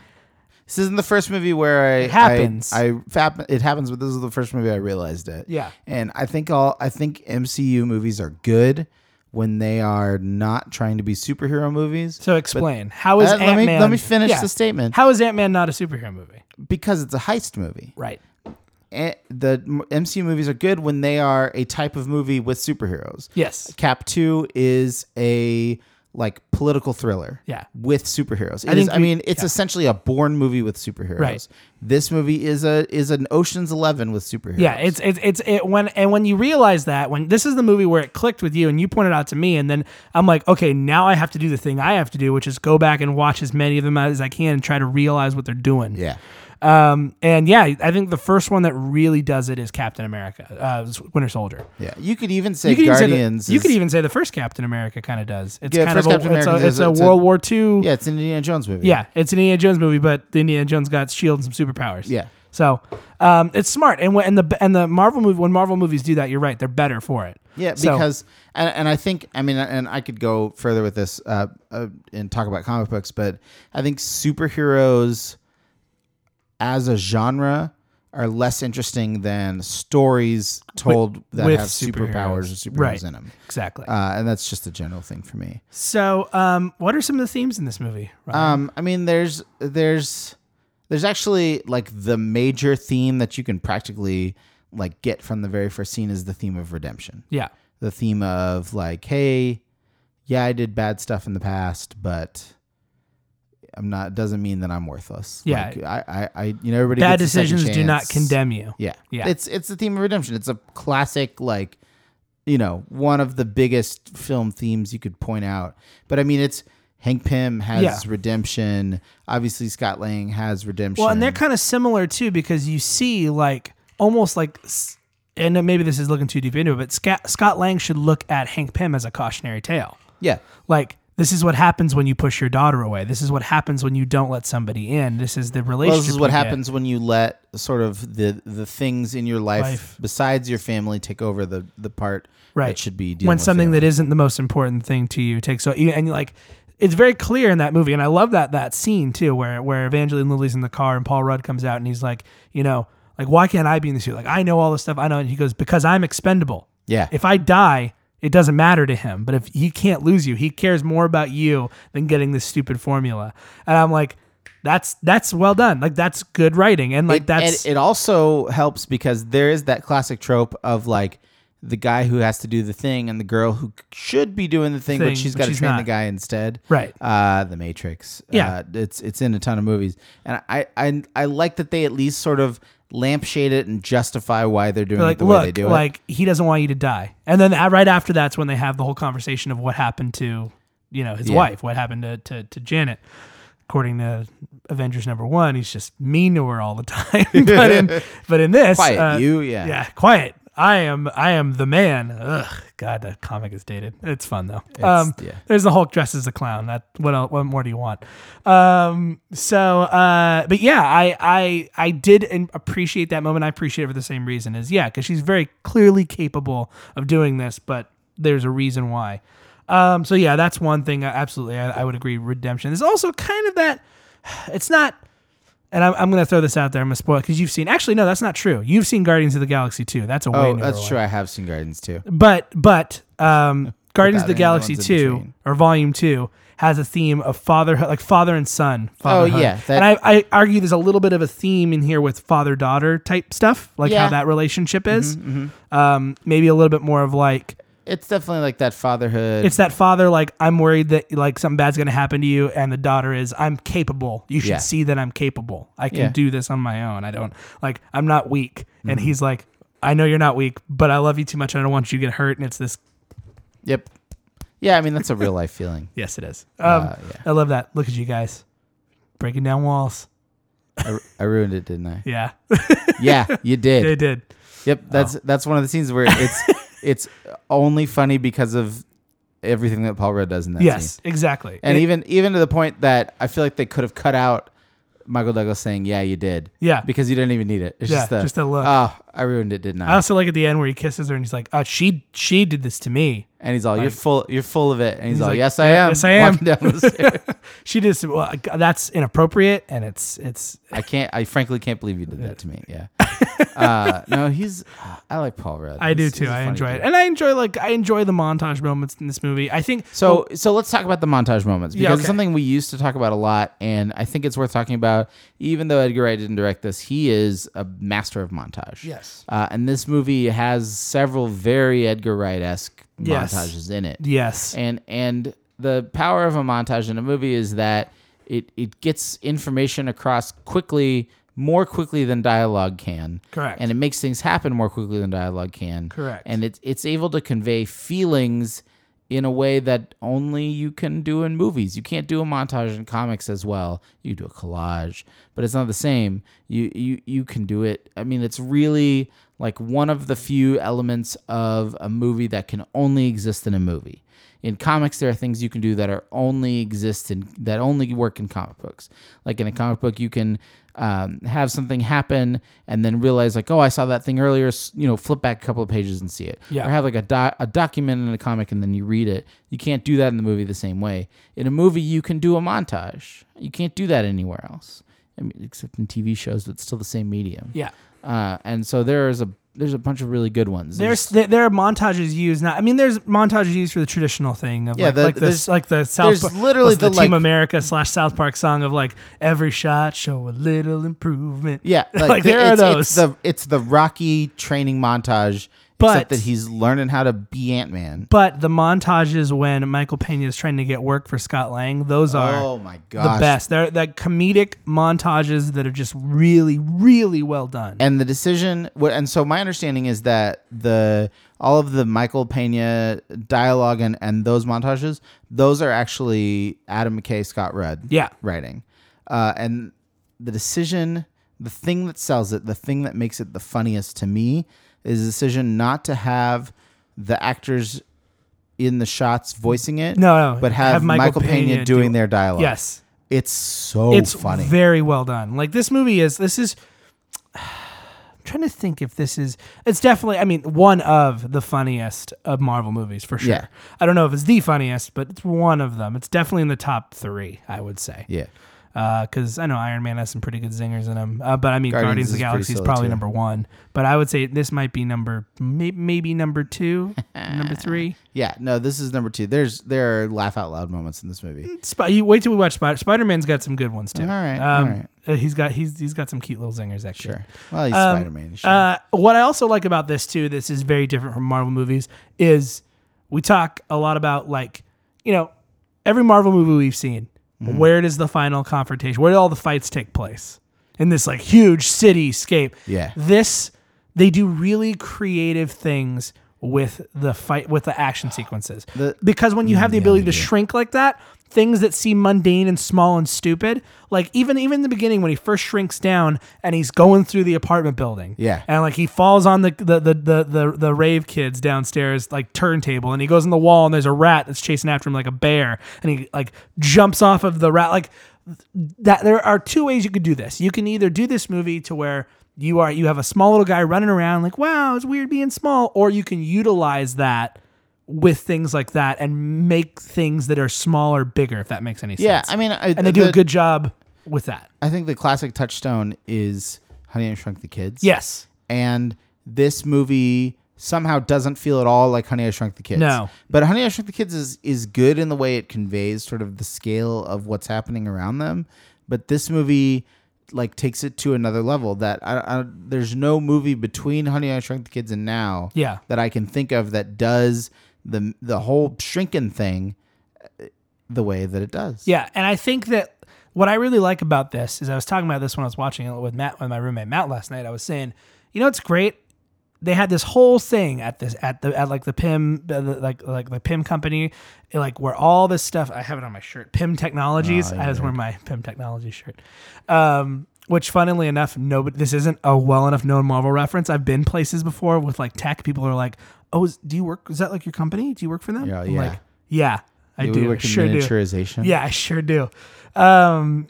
This isn't the first movie where I it
happens.
I, fap- it happens, but this is the first movie I realized it.
Yeah.
and I think all I think MCU movies are good when they are not trying to be superhero movies.
So explain how is
Uh, let me-
Ant Man?
let me finish the statement.
How is Ant Man not a superhero movie?
because it's a heist movie.
Right.
A- eh, the m- MCU movies are good when they are a type of movie with superheroes.
Yes.
Cap Two is a like political thriller.
Yeah.
with superheroes. It is- I,
think we-
mean, it's essentially a born movie with superheroes.
Right.
This movie is a is an Ocean's Eleven with superheroes.
Yeah, it's it's it's it when and when you realize that when this is the movie where it clicked with you and you pointed out to me and then I'm like, okay, now I have to do the thing I have to do, which is go back and watch as many of them as I can and try to realize what they're doing.
yeah.
Um, and yeah, I think the first one that really does it is Captain America, uh, Winter Soldier.
Yeah, you could even say
You could, even
Guardians.
say the, you
is-
could even say the first Captain America kind of does. It's
Yeah,
kind
first
of
Captain
a, it's a,
America
it's
is-
a
it's a-
World War II
yeah, it's an Indiana Jones movie.
yeah, it's an Indiana Jones movie, but the Indiana Jones got shields E and superpowers.
Yeah.
So, um, it's smart, and when and the and the Marvel movie when Marvel movies do that, you're right, they're better for it.
yeah,
So-
because and, and I think I mean, and I could go further with this uh, uh, and talk about comic books, but I think superheroes as a genre are less interesting than stories told that
with
have superpowers
superheroes.
or superheroes
Right.
in them.
exactly.
Uh, and that's just a general thing for me.
so, um, what are some of the themes in this movie? Ryan?
Um, I mean, there's there's there's actually like the major theme that you can practically like get from the very first scene is the theme of redemption.
yeah,
The theme of like, hey, yeah, I did bad stuff in the past, but I'm not. Doesn't mean that I'm worthless.
Yeah.
like, I, I, I, you know, everybody
bad
gets a second
decisions do not
chance.
condemn you.
Yeah,
Yeah.
It's it's the theme of redemption. It's a classic, like, you know, one of the biggest film themes you could point out. But I mean, it's Hank Pym has
Yeah.
redemption. Obviously, Scott Lang has redemption.
Well, and they're kind of similar too because you see like almost like. s- And maybe this is looking too deep into it, but Scott, Scott Lang should look at Hank Pym as a cautionary tale.
yeah,
like this is what happens when you push your daughter away. This is what happens when you don't let somebody in. This is the relationship.
well, this is what
you get.
happens when you let sort of the the things in your life,
Life.
besides your family take over the the part
right?
that should be dealing
when
with
something
family.
that isn't the most important thing to you takes so and like it's very clear in that movie, and I love that that scene too, where where Evangeline Lilly's in the car and Paul Rudd comes out and he's like, you know, like why can't I be in the suit? Like I know all this stuff. I know. And he goes because I'm expendable.
yeah
If I die. It doesn't matter to him, but if he can't lose you, he cares more about you than getting this stupid formula. And I'm like, that's that's well done. Like that's good writing, and like
it-
that's
and it also helps because there is that classic trope of like the guy who has to do the thing and the girl who should be doing the thing,
Thing,
but she's
but
got to
she's
train the
not.
guy instead.
Right.
Uh, the Matrix.
Yeah.
Uh, it's it's in a ton of movies, and I I I like that they at least sort of lampshade it and justify why they're doing it
like
the way they
look,
do it.
like he doesn't want you to die. And then uh, right after that's when they have the whole conversation of what happened to you know his wife, what happened to, to to Janet. According to Avengers number one, he's just mean to her all the time. but in but in this,
Quiet,
uh,
you, yeah.
yeah, quiet. I am I am the man. Ugh, God, that comic is dated. It's fun though. um,
yeah.
There's the Hulk dressed as a clown. That what else, what more do you want? Um, so uh, but yeah, I I I did in- appreciate that moment. I appreciate it for the same reason is yeah, because she's very clearly capable of doing this, but there's a reason why. Um, so yeah, that's one thing. I, absolutely, I, I would agree. Redemption. There's also kind of that. It's not and I'm, I'm going to throw this out there. I'm going to spoil it because you've seen. Actually, no, that's not true. You've seen Guardians of the Galaxy 2. That's a way
oh,
newer
that's
one.
true. I have seen Guardians too.
But but um, Guardians
Without
of the
any
Galaxy
ones in
2
between.
or Volume 2 has a theme of fatherhood, like father and son. Fatherhood.
Oh, yeah, that-
and I, I argue there's a little bit of a theme in here with father daughter type stuff, like how
Yeah.
that relationship is.
Mm-hmm,
Um, maybe a little bit more of like
It's definitely like that fatherhood.
it's that father like i'm worried that like something bad's going to happen to you and the daughter is i'm capable you should
Yeah.
see that i'm capable i can
Yeah. Mm-hmm.
do this on my own i don't like i'm not weak and he's like i know you're not weak but i love you too much and i don't want you to get hurt and it's this
yep. Yeah, I mean that's a real life feeling.
yes it is um,
Uh, yeah.
i love that look at you guys breaking down walls
I, I ruined it, didn't I?
yeah
Yeah, you
they did Oh.
Yep, that's that's one of the scenes where it's it's only funny because of everything that Paul Rudd does in that scene.
yes, exactly.
And
It-
even even to the point that I feel like they could have cut out Michael Douglas saying, "Yeah, you did."
Yeah.
because you didn't even need it. It's
Yeah,
just the
just the look.
Oh, I ruined it, didn't I?
I also like at the end where he kisses her and he's like, "Oh, she she did this to me.
and he's all, "You're full. You're full of it." And he's, all,
like,
"Yes, I am.
yes, I am."
Walking down the stairs.
She did this. Well, that's inappropriate, and it's it's
I can't. I frankly can't believe you did that to me. Yeah. uh, no, he's. I like Paul Rudd.
I do
He's-
too.
he's a
I
funny
enjoy
dude.
it, and I enjoy like I enjoy the montage moments in this movie. I think
So so let's talk about the montage moments because
Yeah, okay.
it's something we used to talk about a lot, and I think it's worth talking about. Even though Edgar Wright didn't direct this, he is a master of montage.
Yes.
uh, and this movie has several very Edgar Wright esque
Yes.
montages in it.
yes,
And and the power of a montage in a movie is that it it gets information across quickly, more quickly than dialogue can.
Correct.
And it makes things happen more quickly than dialogue can.
Correct.
And it's it's able to convey feelings in a way that only you can do in movies. You can't do a montage in comics as well. You do a collage, but it's not the same. You you you can do it. I mean, it's really like one of the few elements of a movie that can only exist in a movie. In comics, there are things you can do that are only exist in that only work in comic books. Like in a comic book, you can um, have something happen and then realize like, oh, I saw that thing earlier. s- You know, flip back a couple of pages and see it.
Yeah.
Or have like a doc- a document in a comic and then you read it. You can't do that in the movie the same way. In a movie, you can do a montage. You can't do that anywhere else. I mean, except in TV shows, it's still the same medium.
yeah.
Uh, and so there's a there's a bunch of really good ones.
There's there, there are montages used now. I mean, there's montages used for the traditional thing of
Yeah,
like,
the-
like this
there's-
like the South.
there's
Park-
literally
what's the,
the,
Team
like-
America slash South Park song of like every shot show a little improvement.
Yeah,
like, there are
it's,
those.
It's the it's the Rocky training montage,
But-
except that he's learning how to be Ant Man.
but the montages when Michael Pena is trying to get work for Scott Lang, those are
Oh my
the
gosh!
best. They're the comedic montages that are just really, really well done.
And the decision, what- and so my understanding is that the all of the Michael Pena dialogue and and those montages, those are actually Adam McKay, Scott Rudd,
yeah.
writing, uh, and the decision, the thing that sells it, the thing that makes it the funniest to me, is the decision not to have the actors in the shots voicing it.
No, no.
but have, Michael, Pena, doing their dialogue.
Yes.
it's so
It's
funny.
very well done. Like this movie is this is I'm trying to think if this is it's definitely I mean one of the funniest of Marvel movies for sure.
Yeah.
I don't know if it's the funniest, but it's one of them. It's definitely in the top 3, I would say.
yeah,
because I know Iron Man has some pretty good zingers in him. Uh, but I mean,
Guardians
Guardians, of the
is pretty
Galaxy is
solid,
probably
too.
number one. But I would say this might be number may- maybe number two, number three.
yeah. No, this is number two. There's there are laugh out loud moments in this movie.
Sp- you wait till we watch Spider. Spider Man's got some good ones too.
All right, all right.
uh, he's got he's he's got some cute little zingers actually.
Sure. Well, he's Spider Man.
Uh, what I also like about this too, this is very different from Marvel movies, is we talk a lot about like, you know, every Marvel movie we've seen, where does the final confrontation, where do all the fights take place? In this like huge cityscape.
Yeah.
This they do really creative things with the fight with the action sequences.
The-
because when you have the ability to shrink like that, things that seem mundane and small and stupid, like even even in the beginning when he first shrinks down and he's going through the apartment building.
Yeah.
And like he falls on the the the the the, the rave kids downstairs like turntable and he goes on the wall and there's a rat that's chasing after him like a bear and he like jumps off of the rat like that there are two ways you could do this. You can either do this movie to where you are you have a small little guy running around like wow, it's weird being small or you can utilize that with things like that and make things that are smaller bigger if that makes any
yeah,
sense.
I mean, I, uh,
and they do a good job with that.
I think the classic touchstone is Honey I Shrunk the Kids.
Yes.
and this movie somehow doesn't feel at all like Honey I Shrunk the Kids.
No.
But Honey I Shrunk the Kids is is good in the way it conveys sort of the scale of what's happening around them, but this movie like takes it to another level that I, I, there's no movie between Honey I Shrunk the Kids and now
Yeah.
that I can think of that does the the whole shrinking thing uh, the way that it does.
Yeah, and I think that what I really like about this is I was talking about this when I was watching it with Matt with my roommate Matt last night. I was saying, you know, it's great. They had this whole thing at this at the at like the Pim uh, the- like like the Pim company, like where all this stuff. I have it on my shirt. Pim Technologies.
Ah,
I was wearing my Pim Technologies shirt. Um, which, funnily enough, nobody. This isn't a well enough known Marvel reference. I've been places before with like tech. People are like, oh, is, do you work? Is that like your company? Do you work for them?
Yeah,
I'm
yeah.
Like, yeah, I
Yeah,
do.
We work in
sure do.
miniaturization.
Yeah, I sure do. Um,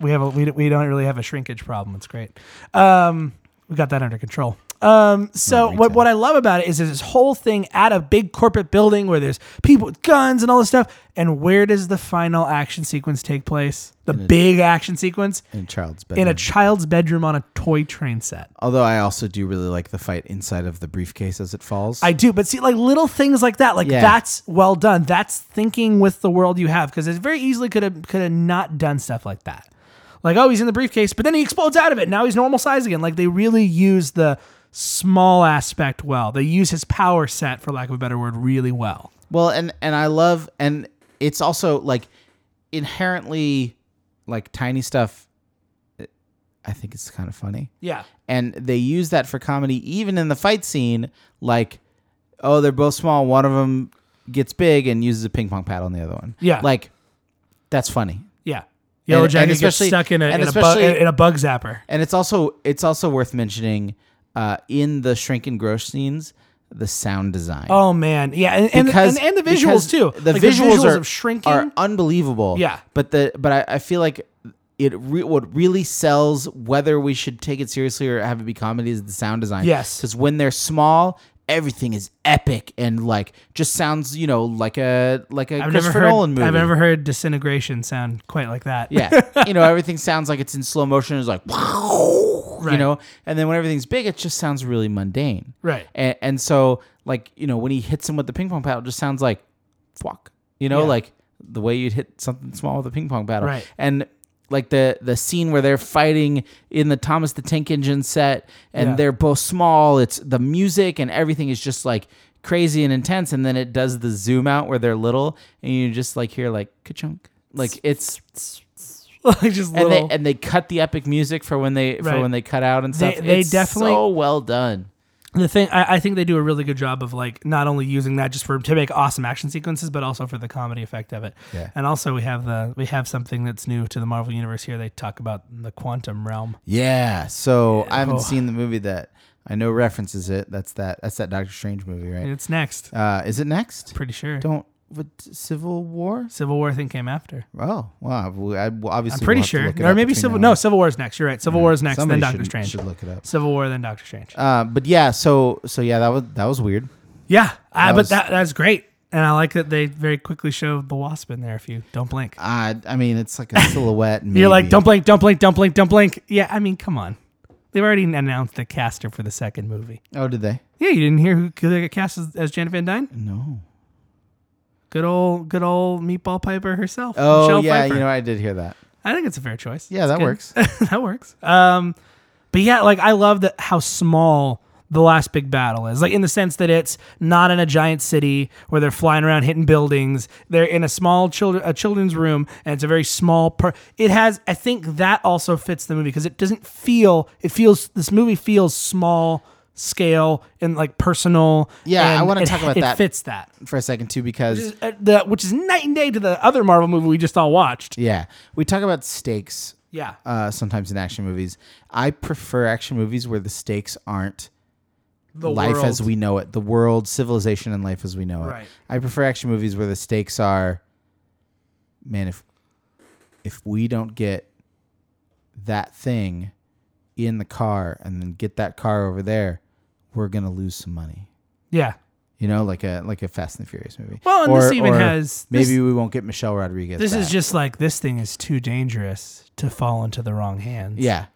we have a we, we don't really have a shrinkage problem. It's great. Um, we got that under control. Um, so what, what I love about it is there's this whole thing at a big corporate building where there's people with guns and all this stuff. And where does the final action sequence take place? The big action sequence
in a child's
in
bedroom.
a child's bedroom on a toy train set.
Although I also do really like the fight inside of the briefcase as it falls.
I do, but see, like little things like that, like
Yeah.
that's well done. That's thinking with the world you have because it very easily could have could have not done stuff like that. Like, oh, he's in the briefcase, but then he explodes out of it. Now he's normal size again. Like they really use the small aspect well. They use his power set, for lack of a better word, really well.
Well, and and I love and it's also like inherently like tiny stuff. I think it's kind of funny,
Yeah,
and they use that for comedy even in the fight scene. Like, oh, they're both small. One of them gets big and uses a ping pong paddle on the other one.
Yeah.
like that's funny.
yeah.
And-
Yellow
and
Jacket gets
especially-
stuck in a,
and
in, a bug,
especially-
in a bug zapper.
And it's also it's also worth mentioning uh, in the shrink and grow scenes the sound design.
Oh man, yeah, and and,
because
and, and the
because
visuals too.
The,
Like,
visuals are,
of shrinking
are unbelievable.
Yeah.
but the but I, I feel like it re, what really sells whether we should take it seriously or have it be comedy is the sound design.
Yes.
because when they're small. Everything is epic and like just sounds, you know, like a like a
I've never
Christopher
heard.
Nolan movie.
I've never heard disintegration sound quite like that.
yeah, you know, everything sounds like it's in slow motion. It's like, you know, and then when everything's big, it just sounds really mundane.
Right.
and, and so like you know when he hits him with the ping pong paddle it just sounds like fuck you know
Yeah.
like the way you'd hit something small with a ping pong paddle
Right.
and like the the scene where they're fighting in the Thomas the Tank Engine set and
Yeah.
they're both small it's the music and everything is just like crazy and intense and then it does the zoom out where they're little and you just like hear like ka-chunk like it's
like just
and they
little.
and they cut the epic music for when they for
Right.
when they cut out and stuff
they
It's
definitely-
so well done
the thing I, I think they do a really good job of like not only using that just for to make awesome action sequences, but also for the comedy effect of it.
Yeah.
And also we have the we have something that's new to the Marvel universe here. They talk about the quantum realm.
Yeah. So I haven't
Oh.
seen the movie that I know references it. That's that. That's that Doctor Strange movie,
And
right?
it's next.
Uh, is it next?
Pretty sure.
Don't what, Civil War?
Civil War I think came after.
Oh, wow. We- I, well, obviously,
I'm pretty
we'll have to
sure.
look it
Or
up
maybe
between
Civil
now
No,
and-
Civil War is next. You're right. Civil War is next,
Somebody
then Doctor
should,
Strange.
should look it up.
Civil War, then Doctor Strange.
Uh, but yeah, so so yeah, that was that was weird.
yeah. Ah,
that
but
was-
that that's great. And I like that they very quickly show the wasp in there if you don't blink.
Uh, I mean, it's like a silhouette. Maybe.
You're like, don't blink, don't blink, don't blink, don't blink. Yeah, I mean, come on. They've already announced the caster for the second movie.
Oh, did they?
Yeah, you didn't hear who they got cast as, as Janet Van Dyne?
No.
Good old, good old Meatball Piper herself.
Oh
Michelle
yeah,
Pfeiffer.
you know, I did hear that.
I think it's a fair choice.
Yeah,
It's
that
good.
works.
that works. Um, but yeah, like I love that how small the last big battle is. Like in the sense that it's not in a giant city where they're flying around hitting buildings. They're in a small children a children's room, and it's a very small. Per- it has. I think that also fits the movie because it doesn't feel. It feels this movie feels small scale and like personal.
Yeah, I
and
wanna
it-
talk about
it
that.
fits that.
For a second too, because
Uh, the- which is night and day to the other Marvel movie we just all watched.
yeah, we talk about stakes
Yeah.
uh, sometimes in action movies. I prefer action movies where the stakes aren't
The
life
world.
as we know it, the world, civilization, and life as we know it.
Right.
I prefer action movies where the stakes are, man, if if we don't get that thing in the car and then get that car over there, we're gonna lose some money.
Yeah.
You know, like a like a Fast and the Furious movie.
Well, and this even has-
maybe
this-
we won't get Michelle Rodriguez.
This
back.
is just like this thing is too dangerous to fall into the wrong hands.
Yeah,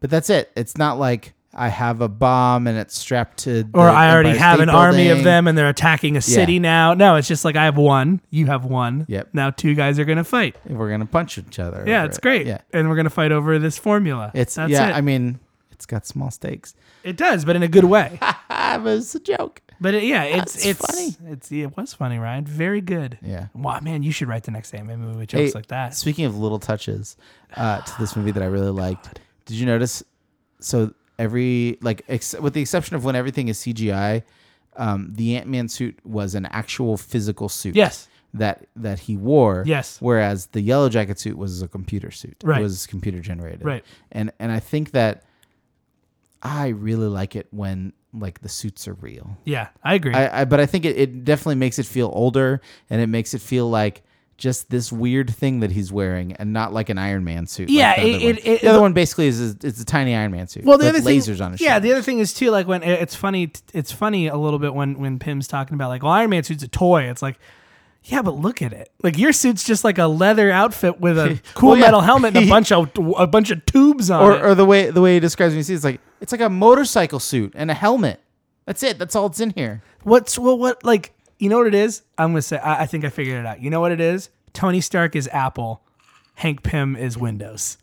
but that's it. It's not like I have a bomb and it's strapped to. the
Or I already
Empire
have
State
an army of
Building.
them and they're attacking a city
Yeah.
now. No, it's just like I have one, you have one.
Yep.
Now two guys are gonna fight.
And We're gonna punch each other.
Yeah,
over
it's
it.
great.
Yeah,
And we're gonna fight over this formula.
it's
That's
yeah.
it.
I mean, it's got small stakes.
it does, but in a good way.
Ah, but it's a joke.
But it, yeah, it's
That's
it's
funny.
It's it was funny, Ryan. Very good.
Yeah.
Wow, man, you should write the next anime movie with
Hey,
jokes like that.
Speaking of little touches uh, to this movie that I really liked, did you notice? So every like, ex- with the exception of when everything is CGI, um, the Ant Man suit was an actual physical suit.
Yes.
That that he wore.
Yes.
Whereas the Yellow Jacket suit was a computer suit.
Right.
It was computer generated.
Right.
And and I think that I really like it when like the suits are real.
Yeah, I agree.
I, I but I think it, it definitely makes it feel older and it makes it feel like just this weird thing that he's wearing and not like an Iron Man suit. like
Yeah,
the other one.
it- it- it-
the other one basically is is- it's a tiny Iron Man suit.
well, the
with
other thing,
lasers on his
yeah,
shoulder.
the other thing is too like when it- it's funny, it's funny a little bit when when Pim's talking about like, well, Iron Man suit's a toy. It's like, yeah, but look at it. Like your suit's just like a leather outfit with a cool
Well, yeah.
metal helmet and a bunch of a bunch of tubes on it.
or, or the way the way he describes when you see it's like it's like a motorcycle suit and a helmet. That's it. That's all it's in here.
What's well, what like you know what it is? I'm gonna say I, I think I figured it out. You know what it is? Tony Stark is Apple, Hank Pym is Windows.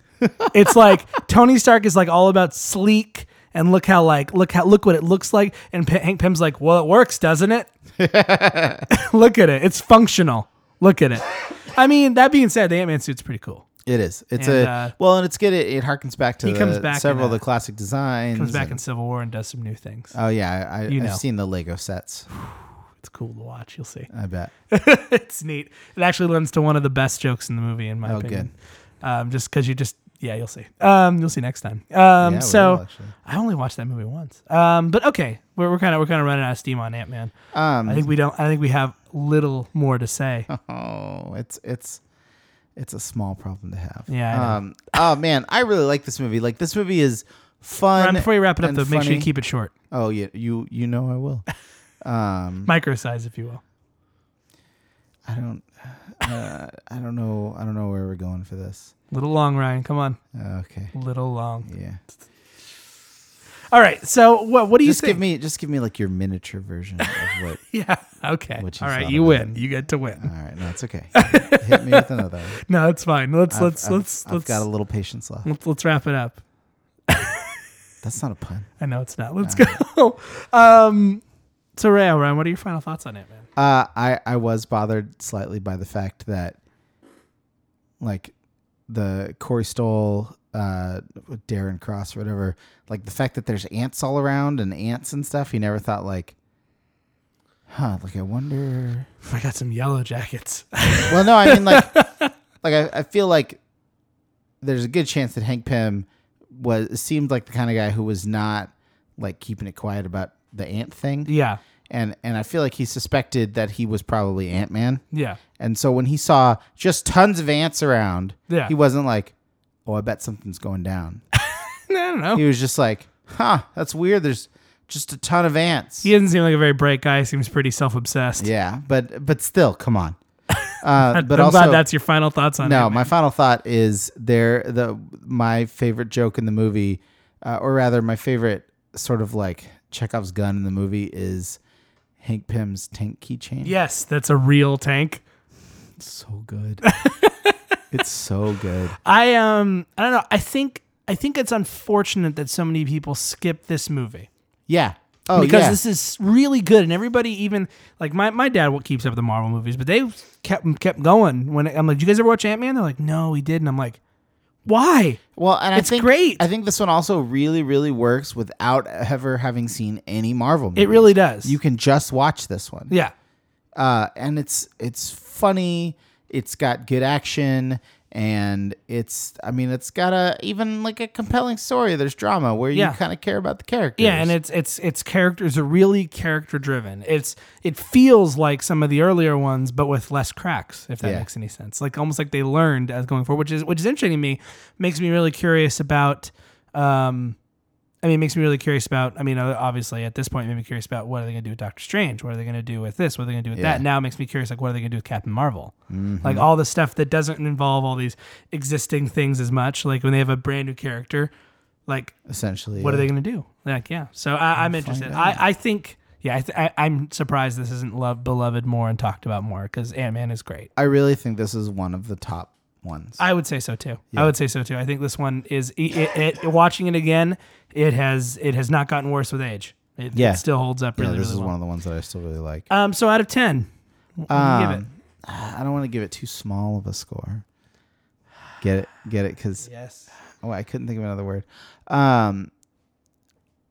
it's like Tony Stark is like all about sleek and look how like look how look what it looks like, and P- Hank Pym's like, well, it works, doesn't it? look at it, it's functional. Look at it. I mean, that being said, the Ant Man suit's pretty cool.
It is. It's
And,
a
uh,
well, and it's good. It, it harkens back to the,
comes back
several of
in a-
the classic designs.
Comes back
and-
in Civil War and does some new things.
oh yeah, I, I,
You know.
I've seen the Lego sets.
It's cool to watch. You'll see.
I bet.
Um, it's neat. It actually lends to one of the best jokes in the movie, in my
Oh,
opinion. Um, just because you just yeah, you'll see. Um, you'll see next time. Um,
Yeah, we
so
will, actually.
I only watched that movie once. Um, but okay, we're we're kind of we're kind of running out of steam on Ant Man.
Um,
I think we don't. I think we have little more to say.
Oh, it's it's it's a small problem to have.
Yeah, I know.
Um. Oh man, I really like this movie. Like this movie is fun.
Ryan, before you wrap it up,
and
though, make sure you
funny.
keep it short,
Oh yeah, you you know I will. Um.
micro size, if you will.
I don't. Uh, I don't know. I don't know where we're going for this.
Little long, Ryan. Come on,
Okay.
little long.
Yeah.
All right. So what? What do you
Just
think?
give me just give me like your miniature version of what.
yeah. Okay.
What you
All right.
thought
You
about
win. You get to win.
All right, no, it's okay. Hit me with another. one.
No, it's fine. Let's
I've-
let's
I've-
let's
I've
let's, Hmm.
got a little patience left.
let's let's wrap it up.
That's not a pun.
I know it's not. Let's go. Um, so Ray, Ryan, what are your final thoughts on it, man?
Uh, I I was bothered slightly by the fact that, like, the Corey Stoll, uh, Darren Cross, or whatever, like the fact that there's ants all around and ants and stuff. He never thought like, huh? Like I wonder.
I got some yellow jackets.
Well, no, I mean like, like I, I feel like there's a good chance that Hank Pym was seemed like the kind of guy who was not like keeping it quiet about the ant thing,
yeah,
and and I feel like he suspected that he was probably Ant Man,
yeah,
and so when he saw just tons of ants around,
Yeah.
he wasn't like, oh, I bet something's going down.
I don't know.
he was just like, huh, that's weird. There's just a ton of ants.
He doesn't seem like a very bright guy. He seems pretty self-obsessed.
Yeah, but but still, come on. Uh, but
I'm
also,
glad that's your final thoughts on
No,
it.
my final thought is there the my favorite joke in the movie, uh, or rather my favorite sort of like Chekhov's gun in the movie is Hank Pym's tank keychain.
Yes, that's a real tank.
it's so good. it's so good.
I um, I don't know. I think I think it's unfortunate that so many people skip this movie.
Yeah. Oh
because
yeah.
this is really good and everybody even like my, my dad what keeps up with the Marvel movies, but they kept kept going when I'm like, "Do you guys ever watch Ant Man?" They're like, "No, we didn't." I'm like, "Why?"
well, and I
it's
think
great.
I think this one also really, really works without ever having seen any Marvel. Movie.
It really does.
You can just watch this one.
yeah.
uh, and it's it's funny. It's got good action, and it's I mean it's got a even like a compelling story. There's drama where
Yeah.
you kind of care about the characters.
Yeah, and it's it's it's characters are really character driven. It's it feels like some of the earlier ones, but with less cracks, if that
Yeah.
makes any sense. Like almost like they learned as going forward, which is which is interesting to me. Makes me really curious about. Um, I mean, it makes me really curious about. I mean, uh, obviously at this point, it made me curious about what are they going to do with Doctor Strange? What are they going to do with this? What are they going to do with that?
Yeah. Mm-hmm.
Now it makes me curious, like what are they going to do with Captain Marvel? Like all the stuff that doesn't involve all these existing things as much. Like when they have a brand new character, like
essentially
what are
yeah.
they going to do? Like, yeah. So I, I'm interested. I, I think, yeah, I th- I, I'm surprised this isn't loved, beloved more and talked about more because Ant Man is great.
I really think this is one of the top ones.
I would say so too. I would say so too. I think this one is it, it, it, watching it again. It has it has not gotten worse with age. It,
Yeah.
it still holds up
Yeah,
really,
this
really
is
well.
one of the ones that I still really like.
um, so out of ten, what do you
Um,
give it?
I don't want to give it too small of a score. Get it, get it, because
Yes.
oh, I couldn't think of another word. Um,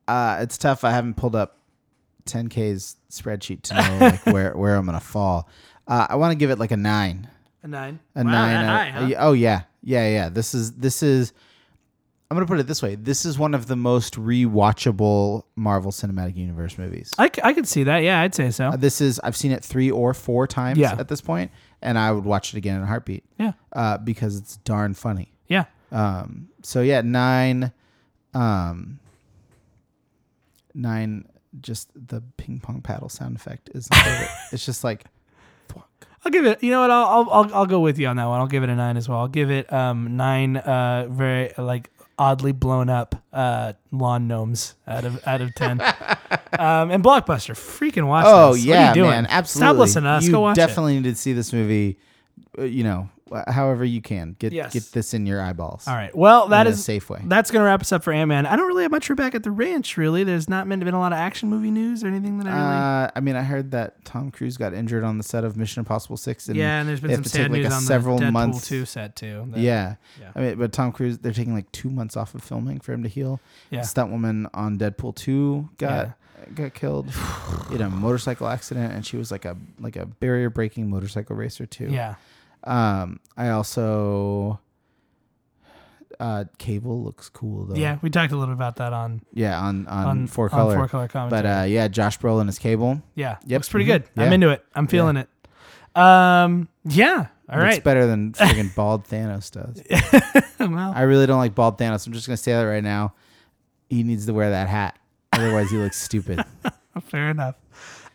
uh, it's tough. I haven't pulled up 10k's spreadsheet to know like where where I'm gonna fall. Uh, I want to give it like a nine,
A nine.
a
Wow,
nine. uh,
that
out-
high, huh?
Oh yeah, yeah, yeah. This is this is I'm gonna put it this way: this is one of the most rewatchable Marvel Cinematic Universe movies.
I, c- I could see that. Yeah, I'd say so.
Uh, This is I've seen it three or four times
Yeah.
at this point, and I would watch it again in a heartbeat
Yeah.
uh, because it's darn funny.
Yeah.
Um, so yeah, nine, um, nine. Just the ping pong paddle sound effect is my favorite. it's just like
I'll give it. You know what? I'll, I'll I'll I'll go with you on that one. I'll give it a nine as well. I'll give it um nine uh very like oddly blown up uh lawn gnomes out of out of ten. um and blockbuster, freaking watch.
oh
this. What are you
yeah,
doing?
man, absolutely.
Stop listening to us.
You
go watch it.
definitely need to see this movie. uh, You know, wh- however you can get
Yes.
get this in your eyeballs.
All right. Well, that
in
is
a safe way.
That's gonna wrap us up for Ant Man. I don't really have much for back at the ranch. Really, there's not meant to been a lot of action movie news or anything that I really.
Uh, I mean, I heard that Tom Cruise got injured on the set of Mission Impossible Six, and
yeah, and there's been
they
some
have to
sad
take, like,
news
a
on
several
the Deadpool
months-
two set too. That-
Yeah.
Yeah.
I mean, but Tom Cruise, they're taking like two months off of filming for him to heal.
Yeah.
Stunt woman on Deadpool two got got killed in a motorcycle accident, and she was like a like a barrier breaking motorcycle racer too.
yeah.
Um, I also. Uh, Cable looks cool though.
Yeah, we talked a little about that on
Yeah. On on,
on
four
on
color.
four color commentary.
But uh, yeah, Josh Brolin is Cable.
yeah,
yep,
looks pretty
mhm,
good. I'm
yeah.
into it. I'm feeling it. Um, yeah. All
It's
right.
better than friggin' bald Thanos does.
well,
I really don't like bald Thanos. I'm just gonna say that right now. He needs to wear that hat, otherwise he looks stupid.
fair enough.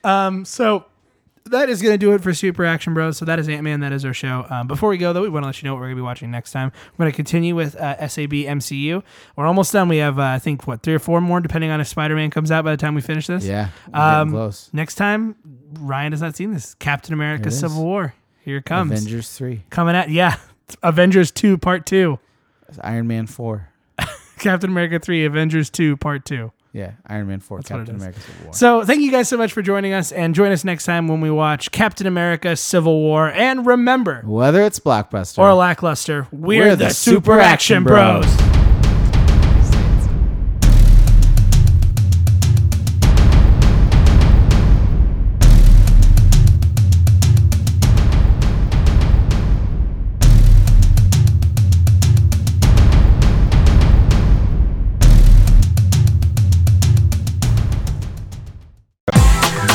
Um, so that is going to do it for Super Action Bros. So that is Ant Man. That is our show. Um, before we go, though, we want to let you know what we're going to be watching next time. We're going to continue with uh, SAB MCU. We're almost done. We have, uh, I think, what, three or four more, depending on if Spider Man comes out by the time we finish this.
Yeah, we're getting
Um,
close.
Next time, Ryan has not seen this Captain America
It is.
Civil War. Here it comes.
Avengers three,
Coming at, yeah, Avengers 2, Part 2.
Iron Man four.
Captain America 3, Avengers 2, Part 2.
Yeah, Iron Man four,
what it
Captain
is.
America Civil War.
So, thank you guys so much for joining us, and join us next time when we watch Captain America Civil War. And remember,
Whether it's blockbuster
or lackluster, we're,
We're
the,
the
Super
Super
Action
Action
Bros.
Bros.